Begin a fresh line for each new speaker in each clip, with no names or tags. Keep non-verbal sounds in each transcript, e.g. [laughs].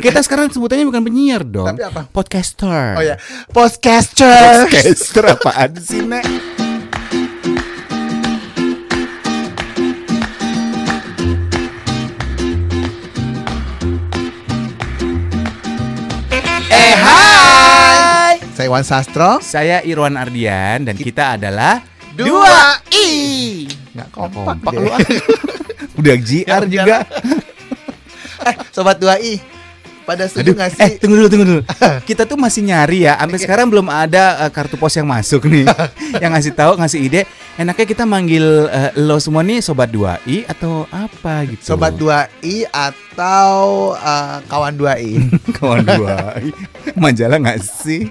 Kita sekarang sebutannya bukan penyiar dong.
Tapi apa?
Podcaster.
Oh ya, podcaster.
Podcaster apaan sih, Nek? Eh, hai.
Saya Iwan Sastro.
Saya Irwan Ardian dan kita adalah
Dua i. Nggak kompak,
kompak
deh.
lu. ah. Udah GR juga.
[laughs] Eh, sobat dua i. Pada setuju
eh
nggak sih? Iya.
tunggu dulu tunggu dulu.
[laughs]
Kita tuh masih nyari ya. Sampai sekarang belum ada eh, kartu pos yang masuk
[laughs]
nih. yang ngasih tahu, ngasih ide. Enaknya kita manggil eh, lo semua nih sobat 2i atau apa gitu.
Sobat 2i atau eh, kawan 2i
[laughs] kawan 2i. Majalah nggak sih?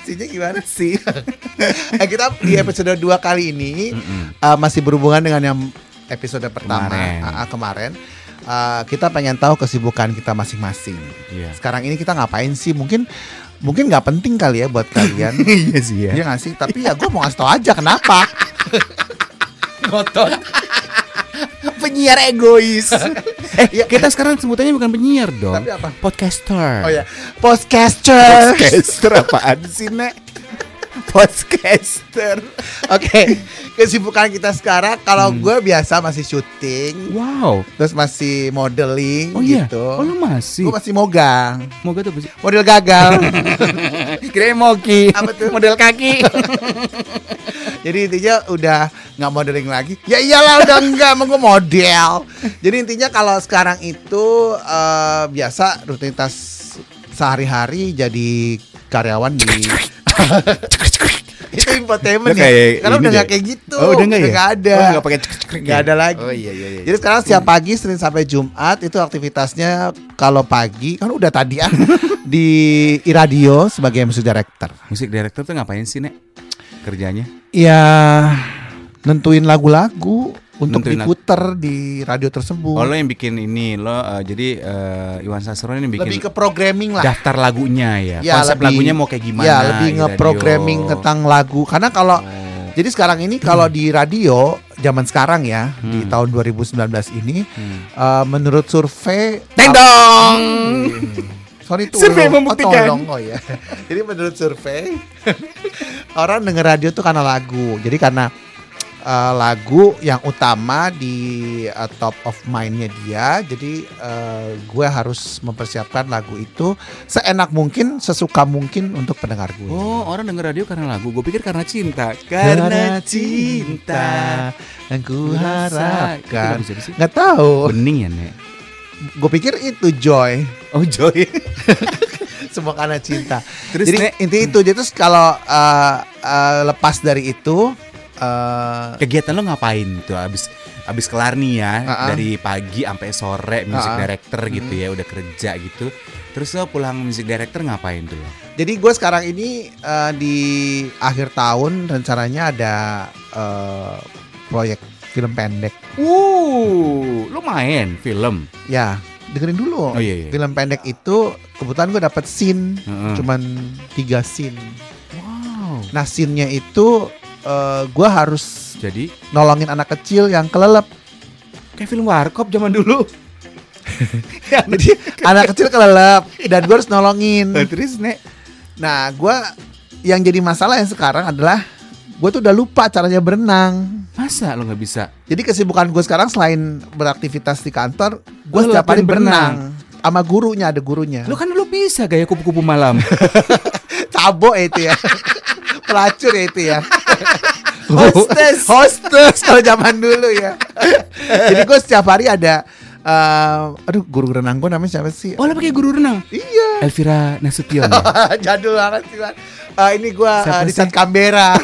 Sinya gimana? [laughs]
Sih.
Eh, kita di episode 2 kali ini eh, masih berhubungan dengan yang episode pertama
Kemarin.
ah, ah, kemarin. Eh, kita pengen tahu kesibukan kita masing-masing.
Iya.
Sekarang ini kita ngapain sih? Mungkin mungkin nggak penting kali ya buat kalian.
[laughs] [laughs] Iya sih ya.
Iya nggak sih? Tapi ya gue mau ngasih tau aja kenapa Ngotot
Penyiar egois. [laughs] eh,
Iya.
kita sekarang sebutannya bukan penyiar dong.
Tapi apa?
Podcaster.
Oh ya Podcaster Oke
Podcaster apaan sih, Nek? Podcaster.
Kesibukan kita sekarang Kalau
Hmm.
gue biasa masih syuting
Wow.
Terus masih modeling
Oh iya.
gitu
Oh lu masih.
Gue masih mogang
Moga tuh apa sih?
Model gagal
[laughs]
Eh,
Kira moki.
Apa tuh?
Model kaki.
Jadi intinya udah nggak modeling lagi Ya iyalah udah enggak Emang gue model Jadi intinya kalau sekarang itu eh, Biasa rutinitas sehari-hari Jadi karyawan di itu infotainment
Lu
ya
kayak
karena
ini
udah
deh.
nggak kayak gitu
[laughs] Oh, udah nggak ya?
ada
Oh, nggak pakai cek-cek
Nggak
ya?
ada lagi
Oh, iya, iya, iya.
jadi sekarang setiap pagi senin sampai jumat itu aktivitasnya kalau pagi kan udah tadi ya [laughs] di iradio sebagai music director
Musik director tuh ngapain sih, Nek? Kerjanya?
ya nentuin lagu-lagu untuk
Nentuin lagu.
diputer di radio tersebut
Oh, lo yang bikin ini, lo eh, jadi eh, Iwan Sastro ini bikin
lebih ke programming lah
daftar lagunya ya.
Ya,
Konsep
lebih-
lagunya mau kayak gimana? gitu Oh.
ya lebih
di
ngeprogramming
radio.
tentang lagu karena kalau
Oh.
Jadi sekarang ini kalau di radio zaman sekarang ya di
Hmm.
tahun 2019 ini
Hmm.
eh, menurut survei
Teng dong.
Hmm. sorry tuh
Survei
oh,
membuktikan.
tolong. oh ya. [laughs] Jadi menurut survei [laughs] orang denger radio tuh karena lagu. Jadi karena eh, lagu yang utama di eh, top of mind-nya dia, jadi eh, gue harus mempersiapkan lagu itu seenak mungkin, sesuka mungkin untuk pendengar gue.
Oh, orang denger radio karena lagu. Gue pikir karena cinta. Karena cinta.
yang ku
Itu
harapkan.
lagu siapa sih?
Nggak tahu.
Bening ya, Nek?
Gue pikir itu joy,
Oh, Joy.
semua karena cinta.
Terus,
jadi
Nek,
inti itu, jadi terus kalau eh, eh, lepas dari itu eh,
kegiatan lo ngapain gitu abis abis kelar nih ya
Ah-ah.
dari pagi sampai sore music
Ah-ah.
director gitu ya udah kerja gitu terus lo pulang music director ngapain tuh lo
jadi gue sekarang ini eh, di akhir tahun rencananya ada eh, proyek film pendek.
uh lo main film
Ya, dengerin dulu.
oh iya iya
Film pendek itu kebetulan gue dapat scene,
Heeh.
cuman tiga scene.
wow
Nah, scene-nya itu eh, gue harus
jadi
nolongin anak kecil yang
[laughs]
kelelep.
kayak film warkop zaman [laughs] dulu
Jadi anak kecil kelelep dan gue harus nolongin.
terus nek
Nah, gua yang jadi masalah yang sekarang adalah gue tuh udah lupa caranya berenang.
masa lo nggak bisa
Jadi kesibukan gue sekarang selain beraktivitas di kantor, gue
Lu
setiap hari
latihan
berenang. Sama gurunya ada gurunya.
lo kan dulu bisa gaya kupu-kupu malam
[laughs] Cabo ya itu ya. [laughs] Pelacur ya itu ya.
Hostess.
Hostess kalau zaman dulu
[laughs]
ya. jadi gue setiap hari ada eh, aduh guru renang gue namanya siapa sih?
oh lo pakai guru renang
Iya. [laughs]
Elvira Nasution ya?
Jadul banget sih Wan. Eh, ini gua
Siapa
eh, di
sih?
San
[laughs]
Canberra.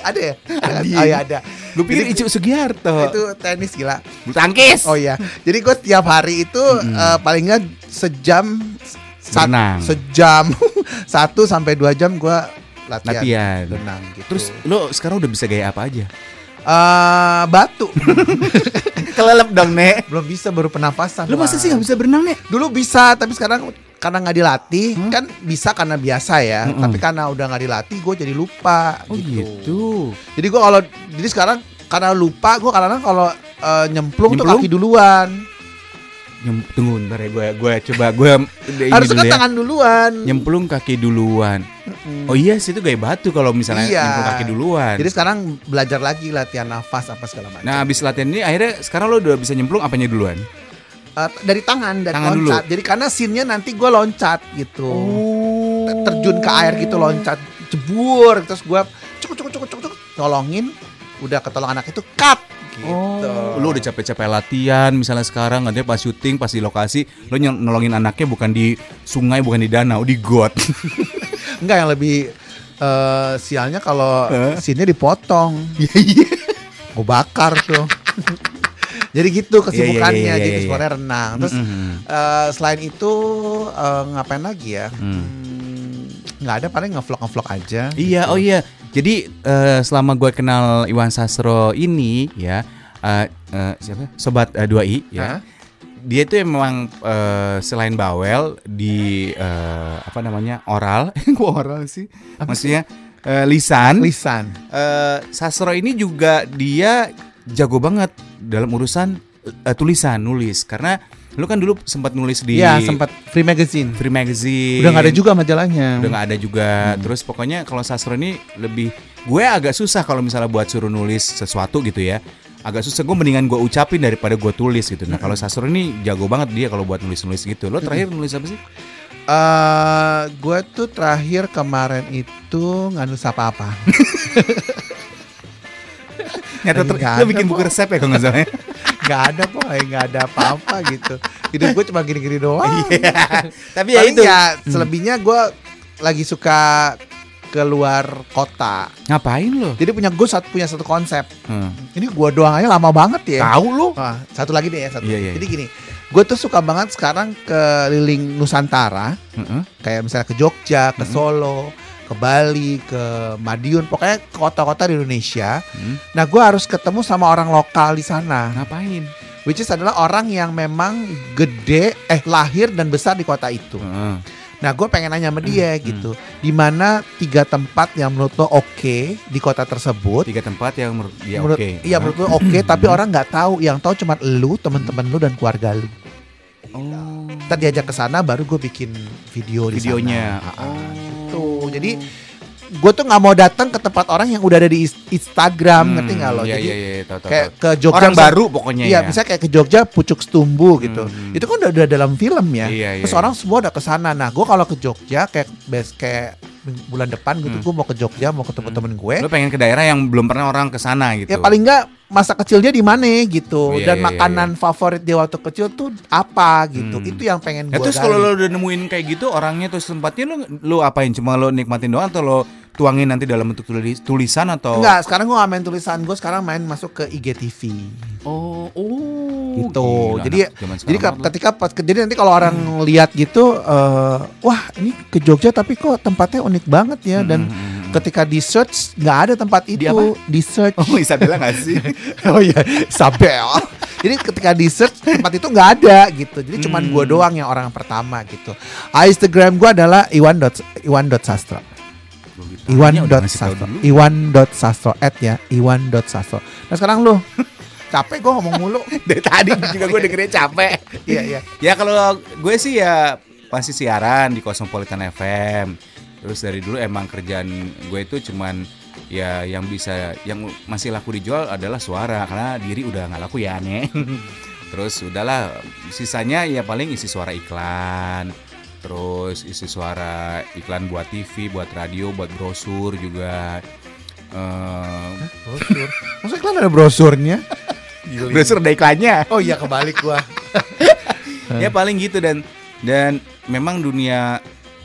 ada ya?
Adi.
Oh iya ada.
lo pikir Icu Sugiarto
Itu tenis gila.
bulu tangkis
Oh iya. Jadi gua tiap hari itu eh, paling nggak sejam sa-
Berenang.
sejam [laughs] satu sampai dua jam gua latihan.
latihan
Berenang gitu.
terus lo sekarang udah bisa gaya apa
[laughs]
aja
eh, batu
kelelep dong nek
belum bisa baru penapasan.
Lu masa
Wan.
sih gak bisa berenang, Nek?
Dulu bisa, tapi sekarang karena nggak dilatih
Hmm?
kan bisa karena biasa ya.
Mm-mm. gitu?
Tapi karena udah nggak dilatih, gue jadi lupa.
Oh,
gitu. Jadi gue kalau jadi sekarang karena lupa, gue kadang-kadang kalau eh, nyemplung, tuh
Nyemplung?
kaki duluan.
nyem- tunggu bentar ya gue gue coba gue ini
Harus
dulu
kan
ya.
tangan duluan.
Nyemplung kaki duluan. Oh
Mm-mm.
iya sih itu gaya batu kalau misalnya
Iya.
nyemplung kaki duluan.
Jadi sekarang belajar lagi latihan nafas apa segala macam.
Kan. Nah, habis latihan ini akhirnya sekarang lo udah bisa nyemplung apanya duluan?
Eh, dari tangan dari
Tangan Oh.
loncat. Jadi karena scene-nya nanti gue loncat gitu. Ter- Terjun ke air gitu loncat jebur terus gue cukup cukup cukup cukup cukup nolongin udah ketolong anak itu cut gitu.
Lo udah capek-capek latihan, misalnya sekarang nanti pas syuting, pas di lokasi, lo nyel- nolongin anaknya bukan di sungai, bukan di danau, di got.
Enggak yang lebih eh, sialnya kalau
Hah?
scene-nya dipotong.
Iya,
Gue bakar tuh. Jadi gitu kesibukannya.
iya, iya,
Jadi
iya. Mm-hmm.
sebenarnya renang. Terus
Mm-mm.
eh, selain itu eh, ngapain lagi ya?
Hmm.
Hmm, Nggak ada paling ngevlog ngevlog aja.
[laughs] Iya,
gitu.
oh iya. Jadi eh, selama gue kenal Iwan Sastro ini ya, eh, eh, siapa? Sobat eh, 2i ya.
Hah?
Dia tuh memang eh, selain bawel di eh, apa namanya? oral. [laughs] Gua oral sih. Maksudnya eh, lisan.
Lisan.
Eh, Sastro ini juga dia jago banget dalam urusan eh, tulisan, nulis karena lu kan dulu sempat nulis di
Iya sempat free magazine.
Free Magazine.
Udah nggak ada juga Hmm. majalahnya.
Iya. udah nggak ada juga terus pokoknya kalau sastro ini lebih gue agak susah kalau misalnya buat suruh nulis sesuatu gitu ya agak susah gue mendingan gue ucapin daripada gue tulis gitu nah
Hmm.
kalau sastro ini jago banget dia kalau buat nulis nulis gitu lo terakhir nulis apa sih
Eh, gue tuh terakhir kemarin itu nggak nulis apa-apa.
nyata
Lagi
ter-
nggak
lo
ada,
bikin buku
Bo.
resep ya kalau nggak salah ya?
nggak ada boy, nggak ada apa-apa gitu. Hidup gue cuma gini-gini doang.
[laughs] tapi ya
Paling
itu
ya selebihnya gue lagi suka keluar kota.
ngapain lo
Jadi punya gue satu punya satu konsep.
hmm.
Ini gue doang aja lama banget ya.
tahu lo
Ah, satu lagi deh ya satu.
Iya, iya,
Jadi gini, gue tuh suka banget sekarang keliling Nusantara,
Heeh.
kayak misalnya ke Jogja, ke
Mm-mm.
Solo, ke Bali, ke Madiun, pokoknya ke kota-kota di Indonesia.
Hmm.
Nah, gue harus ketemu sama orang lokal di sana,
ngapain
which is adalah orang yang memang gede, eh lahir dan besar di kota itu.
Heeh.
Nah, gue pengen nanya sama dia
Mm,
gitu, di mana tiga tempat yang menurut lo oke di kota tersebut?
tiga tempat yang menurut dia
Menurut-
Ya, oke Hmm.
Iya menurut lu oke tapi orang nggak tahu yang tahu cuma lu teman-teman lu dan keluarga lu.
oh.
Ntar diajak ke sana baru gue bikin video di
videonya Hmm.
sana. Ah, ah, gitu. Jadi gue tuh nggak mau datang ke tempat orang yang udah ada di is- Instagram ngerti nggak lo?
Iya,
Jadi
iya, iya, tahu, tahu,
kayak
tahu.
ke Jogja
orang
misal-
baru pokoknya ya.
Iya, misalnya kayak ke Jogja Pucuk Setumbu gitu.
Hmm.
Itu kan udah, udah dalam film ya.
Iya,
Terus
iya.
orang semua udah ke sana. Nah, gue kalau ke Jogja kayak bes kayak bulan depan gitu
Hmm.
gue mau ke Jogja mau ketemu
Hmm.
temen gue.
Lo pengen ke daerah yang belum pernah orang ke sana gitu.
Ya paling nggak masa kecil dia di mana gitu
Oh, iya,
dan
iya,
makanan favorit dia waktu kecil tuh apa gitu.
Hmm.
Itu yang pengen
Ya,
gua
terus
gali.
kalau lo udah nemuin kayak gitu orangnya terus tempatnya lo lo apain? Cuma lo nikmatin doang atau lo tuangin nanti dalam bentuk tulis- tulisan atau
Enggak, sekarang gua nggak main tulisan gue sekarang main masuk ke IGTV.
Oh, oh.
Gitu. Jadi-
zaman sekarang
Jadi
Hmm. banget
ketika pas ke- jadi nanti kalau orang lihat gitu eh, wah ini ke Jogja tapi kok tempatnya unik banget ya
lo.
dan
Mm, mm, mm.
ketika di search nggak ada tempat
Di
itu di,
apa?
search.
[laughs] Oh, Isabella gak sih?
oh iya, Sabel. Jadi ketika di search tempat itu nggak ada gitu. Jadi cuman
Hmm.
gua doang yang orang pertama gitu. Instagram gua adalah iwan dot iwan dot
Ah,
sastra. [laughs] Iwan dot sastro. Iwan dot sastro at ya. Iwan dot sastro. Nah sekarang
[laughs]
lu capek gue ngomong mulu.
Dari tadi juga gue dengernya capek.
Iya iya.
Ya kalau gue sih ya pasti siaran di Cosmopolitan FM. Terus dari dulu emang kerjaan gue itu cuman ya yang bisa yang masih laku dijual adalah suara karena diri udah nggak laku ya aneh. [laughs] Terus udahlah sisanya ya paling isi suara iklan. Terus isi suara iklan buat TV, buat radio, buat brosur juga. Eh,
Brosur. Maksudnya iklan ada brosurnya?
brosur ada iklannya.
Oh iya kebalik gua.
ya
Eh.
paling gitu dan dan memang dunia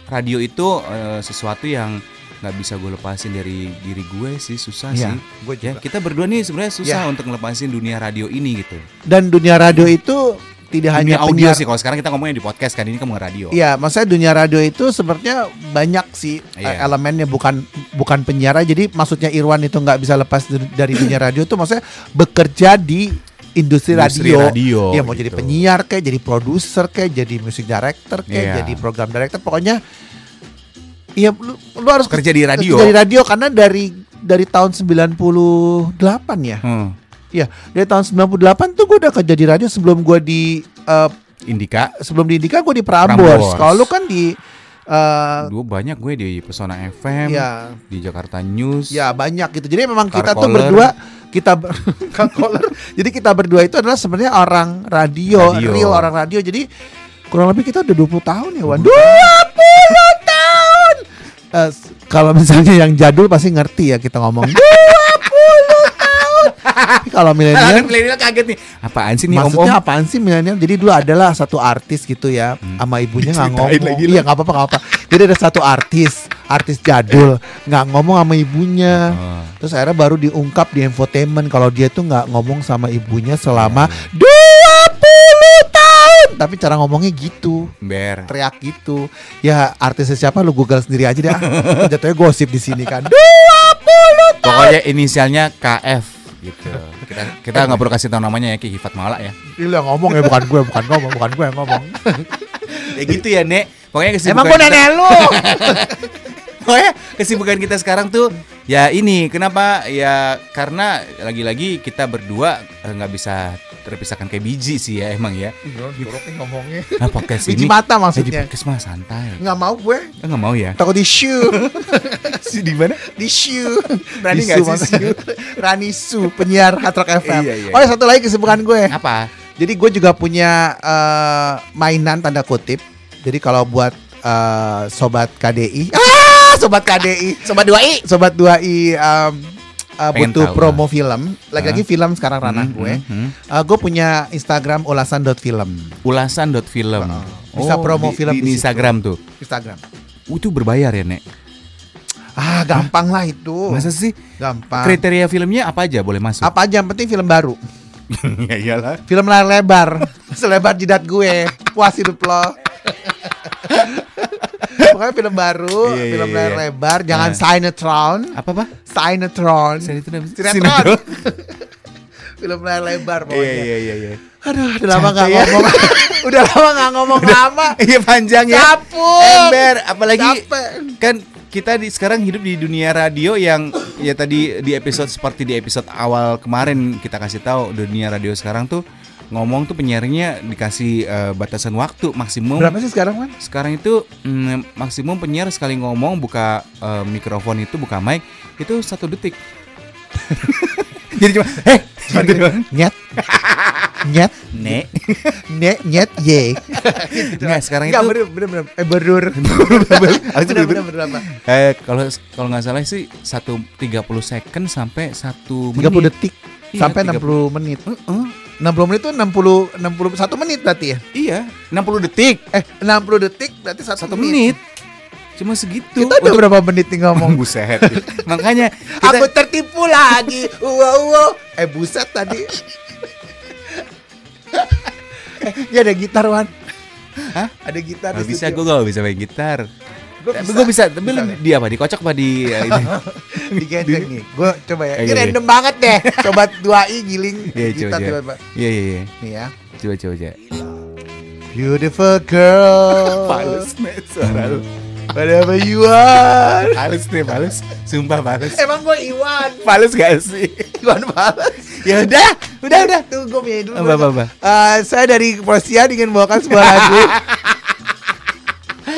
radio itu eh, sesuatu yang nggak bisa gue lepasin dari diri gue sih susah
Iya.
sih
Gue
ya kita berdua nih sebenarnya susah untuk ngelepasin dunia radio ini gitu
Dan dunia radio itu tidak hanya
dunia audio
penyiar-
sih kalau sekarang kita ngomongnya di podcast kan ini kan ngomong radio
Iya, maksudnya dunia radio itu sebenarnya banyak sih eh,
Iya.
elemennya bukan bukan penyiar. aja. Jadi maksudnya Irwan itu nggak bisa lepas dari- dari dunia radio itu maksudnya bekerja di industri,
Industri
radio.
radio,
Dia mau
gitu.
jadi penyiar kayak jadi produser kayak jadi music director kayak
Iya.
jadi program director pokoknya Iya, lu, lu harus
kerja di radio
kerja di radio karena dari dari tahun 98 ya.
Hmm.
Iya, dari tahun 98 tuh gue udah kerja di radio sebelum gue di eh,
Indika.
sebelum di Indika gue di Prambors.
Prambors.
Kalau lu kan di eh
Dua banyak gue di Pesona FM,
ya
di Jakarta News. [laughs]
ya banyak gitu. Jadi memang kita tuh
Car caller.
berdua kita ber- [laughs] Car caller. Jadi kita berdua itu adalah sebenarnya orang radio,
Radio.
real orang radio. Jadi kurang lebih kita udah 20 tahun ya, Wan. 20 tahun. Eh, s- kalau misalnya yang jadul pasti ngerti ya kita
[laughs]
ngomong 20 tahun. Tapi kalau
Ah,
milenial
kan milenial kaget nih. Apaan sih nih om-om?
Iya. Maksudnya apaan sih milenial? Jadi dulu adalah satu artis gitu ya, sama ibunya nggak
Hmm. Diceritain
ngomong.
lagi
Iya nggak apa-apa nggak apa. Jadi ada satu artis, artis jadul nggak ngomong sama ibunya.
Oh.
Terus akhirnya baru diungkap di infotainment kalau dia tuh nggak ngomong sama ibunya selama
Iya,
20 tahun. Tapi cara ngomongnya gitu
Ember.
teriak gitu ya artisnya siapa lu google sendiri aja deh
[laughs]
ah. jatuhnya gosip di sini kan
Pokoknya inisialnya KF gitu. Kita kita nggak perlu kasih tahu namanya ya Ki Hifat Mala ya.
Ini lu yang ngomong ya bukan gue bukan ngomong bukan gue yang ngomong
Ya gitu ya, Nek. Pokoknya kesibukan
emang gue
kita,
nenek [laughs] lu
[laughs] pokoknya kesibukan kita sekarang tuh ya ini. Kenapa? Ya karena lagi-lagi kita berdua eh, nggak bisa terpisahkan kayak biji sih ya emang ya.
joroknya ngomongnya
Nah, podcast ini
Biji mata
eh, di
maksudnya
podcast mah santai.
Nggak mau gue
Eh, Nggak mau ya.
Takut di shoe
[laughs] Si di mana?
Di shoe
Berani
Di
nggak sih,
shoe
[laughs]
maksudnya. Rani Su Penyiar Hard Rock FM
Iya, iya,
Oh ya, satu lagi kesibukan gue
Apa?
Jadi gue juga punya eh, Mainan tanda kutip Jadi kalau buat eh, Sobat KDI [laughs] Ah Sobat KDI
Sobat 2i.
Sobat 2i em, eh,
Pengen
Butuh
tahu,
promo film Lagi-lagi film sekarang
Hmm,
ranah gue Eh, Gue punya Instagram ulasan.film
Ulasan.film.
Heeh. Bisa promo
Oh, di-
film
di,
di
di
situ.
Instagram tuh.
Instagram
Uh, itu berbayar ya, Nek?
Ah gampang lah itu
Masa sih?
Gampang
Kriteria filmnya apa aja boleh masuk?
Apa aja yang penting film baru
[laughs] ya iyalah.
Film layar [laughs] lebar Selebar jidat gue Puas hidup lo Pokoknya film baru
Iya, iya,
Film
iya.
layar lebar Jangan
Nah.
Sinetron
Apa pak?
Sinetron
Sinetron.
Sinetron Oh, Film layar lebar
Iya
pokoknya
iya iya. iya.
Aduh udah lama gak
Capek ya.
ngomong [laughs] Udah lama gak ngomong lama
Iya panjang ya.
Capek
Ember, apalagi
Capek
kan kita di sekarang hidup di dunia radio yang ya tadi di episode seperti di episode awal kemarin kita kasih tahu dunia radio sekarang tuh ngomong tuh penyiarnya dikasih eh, batasan waktu maksimum.
Berapa sih sekarang kan?
Sekarang itu mm, maksimum penyiar sekali ngomong buka eh, mikrofon itu buka mic itu satu detik. [laughs] Jadi cuma eh gitu doang.
Nyet [laughs] Nyet
Nek.
Nyet Nyet Ye
Nggak, sekarang
Nggak,
itu
bener bener bener Eh berdur
Abis Ah, itu
Bener
berdur.
bener bener apa?
Eh kalau kalau nggak salah sih satu 30 second sampai satu
30
menit.
detik
Iya,
sampai
30.
60 menit.
Heeh,
60 menit itu 60 61 menit berarti ya?
iya, 60 detik
Eh 60 detik berarti 1
satu
menit.
menit. Cuma segitu.
Kita udah berapa menit nih ngomong?
ngomong buset. Makanya [laughs] kita
Aku tertipu lagi. Wow wow. Eh buset tadi.
[laughs]
eh, ya ada gitar Wan.
Hah?
Ada gitar
nggak
di
bisa gue
studio.
gak bisa main gitar.
Gua
Tapi gue bisa, ya? tapi lu
Bisa,
di apa? Dikocok apa [laughs] di ya, ini?
Digendeng nih. Gue coba ya.
Eh,
Ini
gini.
random banget
[laughs]
deh. Coba 2i giling
Iya, coba,
gitar
coba.
tiba-tiba.
Iya, iya, iya.
Nih ya.
Coba coba coba.
Beautiful girl.
nih suara lu.
Whatever you are.
[laughs] Halus nih, halus. Sumpah halus.
Emang gue Iwan.
Halus gak sih?
Iwan Fals.
Ya udah, udah udah.
Tuh gue punya dulu.
Apa, apa, apa?
Eh, saya dari Persia ingin bawakan sebuah lagu.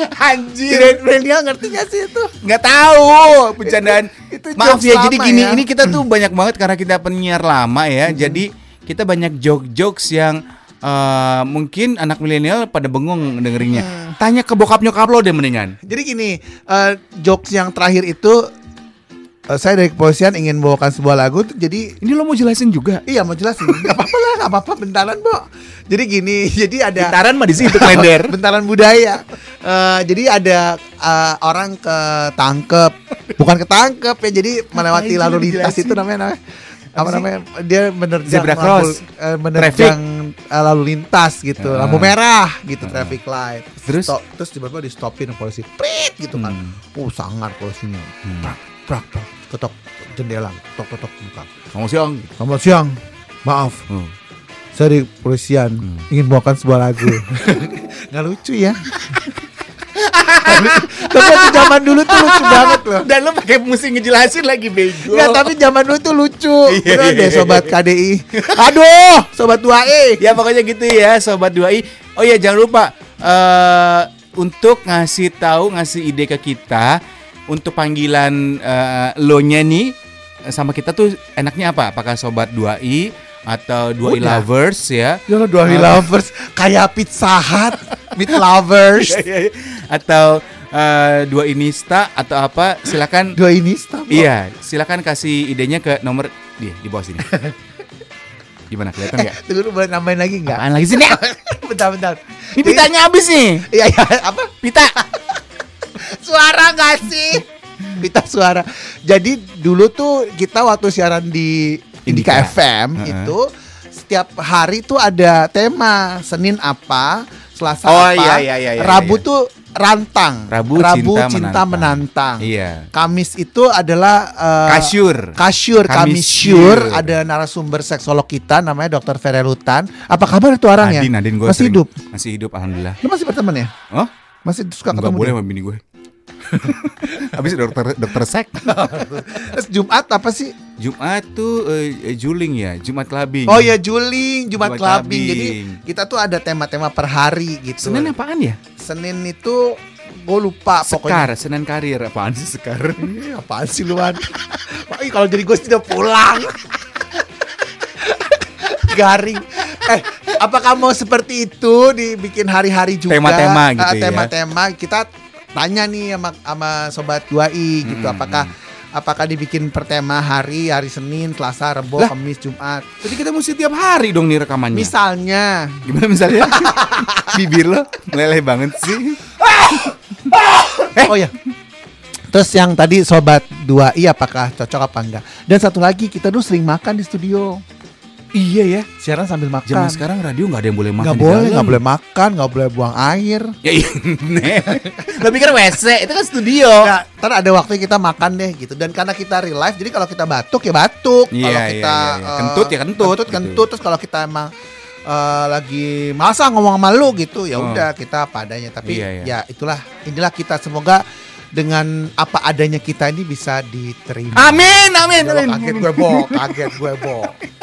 [laughs] Anjir.
Tidak Brilliant ngerti gak sih itu?
nggak tahu bercandaan
Itu
maaf
jokes
ya jadi
lama
gini
ya. Hmm.
ini kita tuh banyak banget karena kita penyiar lama ya jadi kita banyak joke jokes yang eh, mungkin anak milenial pada bengong dengerinnya
Hmm.
tanya ke bokap nyokap lo deh mendingan
Jadi gini, eh, jokes yang terakhir itu eh, saya dari kepolisian ingin bawakan sebuah lagu. tuh Jadi
ini lo mau jelasin juga
iya mau jelasin. Gak apa-apa lah, gak apa-apa. Bentaran, Bo. Jadi gini, [laughs] jadi ada
gitaran mah di situ klender
Bentaran budaya. Eh, jadi ada eh, orang ketangkep, bukan ketangkep ya. Jadi
Ngapain
melewati
sih
lalu lintas
dijelasin?
itu namanya. namanya-
sih?
apa namanya? Dia menerjang
Zebra
lampu-
cross.
eh, menerjang eh, lalu lintas gitu,
Ah.
lampu merah gitu, traffic light.
Terus? Hmm.
Stop- terus tiba-tiba di stopin sama polisi, prit gitu kan. Oh sangar polisinya, prak prak prak, ketok jendela, ketok ketok buka.
kamu siang
[laughs] Selamat siang, maaf
Hmm.
saya dari kepolisian ingin bawakan sebuah lagu Hmm. [laughs] nggak lucu ya [laughs] tapi itu zaman dulu tuh lucu banget loh
[laughs] dan lo pakai musik ngejelasin lagi bego
Nggak, tapi zaman dulu tuh lucu
Iya,
Beneran
iya,
deh
iya,
sobat E. KDI Aduh, sobat 2E
ya pokoknya gitu ya sobat 2i Oh iya jangan lupa eh untuk ngasih tahu ngasih ide ke kita untuk panggilan eh, lo-nya nih eh, sama kita tuh enaknya apa? Apakah sobat 2i atau 2i
Udah.
lovers ya?
Ya lo dua
Ah.
lovers kayak pizza hut, meat lovers,
Iya, atau eh, 2i nista atau apa? Silakan
dua E ini stop.
Iya, silakan kasih idenya ke nomor di di bawah sini. Gimana kelihatan nggak?
Tunggu dulu, boleh nambain lagi nggak?
Apaan lagi sini?
bentar bentar.
Ini pitanya habis nih.
Iya iya apa?
Pita.
Suara nggak [laughs] sih? Pita suara. Jadi dulu tuh kita waktu siaran di Indika,
Indika.
FM
Heeh.
itu setiap hari tuh ada tema Senin apa, Selasa
Oh,
apa,
iya, iya, iya, iya,
Rabu
iya.
tuh rantang,
Rabu Cinta
menantang.
Iya.
Kamis itu adalah Ah. eh,
Kasyur.
Kasyur, kami
Kami
syur
syur.
ada narasumber seksolog kita namanya Dr. Ferelutan. Apa kabar itu orangnya?
Nadin, Nadin gue
ya? Masih hidup?
Masih hidup, alhamdulillah.
Lu masih berteman ya?
Oh,
Masih suka
nggak
ketemu?
boleh
dia?
sama bini gue. [laughs] Habis dokter dokter sek.
Terus Jumat apa sih?
Jumat tuh eh, eh, juling ya, Jumat labing.
Oh ya Juling, Jumat,
Jumat
Clubbing. Jadi
Clubbing.
kita tuh ada tema-tema per hari gitu.
Senin apaan ya?
Senin itu gue lupa Ah, pokoknya.
Sekar, Senin karir apaan sih sekar?
Ih, apaan sih luan? [laughs] Wah, ih, kalau jadi gue sudah pulang. [laughs] Garing. Eh, apakah mau seperti itu dibikin hari-hari juga?
Tema-tema gitu
Eh,
ya.
Tema-tema kita tanya nih sama, sama sobat 2i gitu.
Mm-mm.
Apakah apakah dibikin per tema hari, hari Senin, Selasa, Rebo,
Lah.
Kamis, Jumat.
Jadi kita mesti tiap hari dong nih rekamannya.
Misalnya,
Gimana misalnya? [laughs] Bibir lo meleleh banget sih. Eh?
oh ya. Terus yang tadi sobat 2i apakah cocok apa enggak? Dan satu lagi kita dulu sering makan di studio.
Iya ya.
Siaran sambil
Zaman
makan.
sekarang radio nggak ada yang boleh makan.
Nggak
di
boleh,
dalam.
nggak boleh makan, nggak boleh buang air.
Ya iya. Lo pikir WC? Itu kan studio.
Ya, ntar ada waktu kita makan deh gitu. Dan karena kita real life, jadi kalau kita batuk ya batuk. kalau
Iya, iya,
kita
iya, iya.
eh,
Kentut ya kentut,
Kentut,
gitu.
kentut. Terus kalau kita emang eh, lagi masa ngomong sama lu gitu, ya
Oh.
udah kita padanya. Tapi
Iya, iya.
ya itulah, inilah kita semoga dengan apa adanya kita ini bisa diterima.
Amin, amin,
Ya Allah, kaget gue bo, kaget gue bo.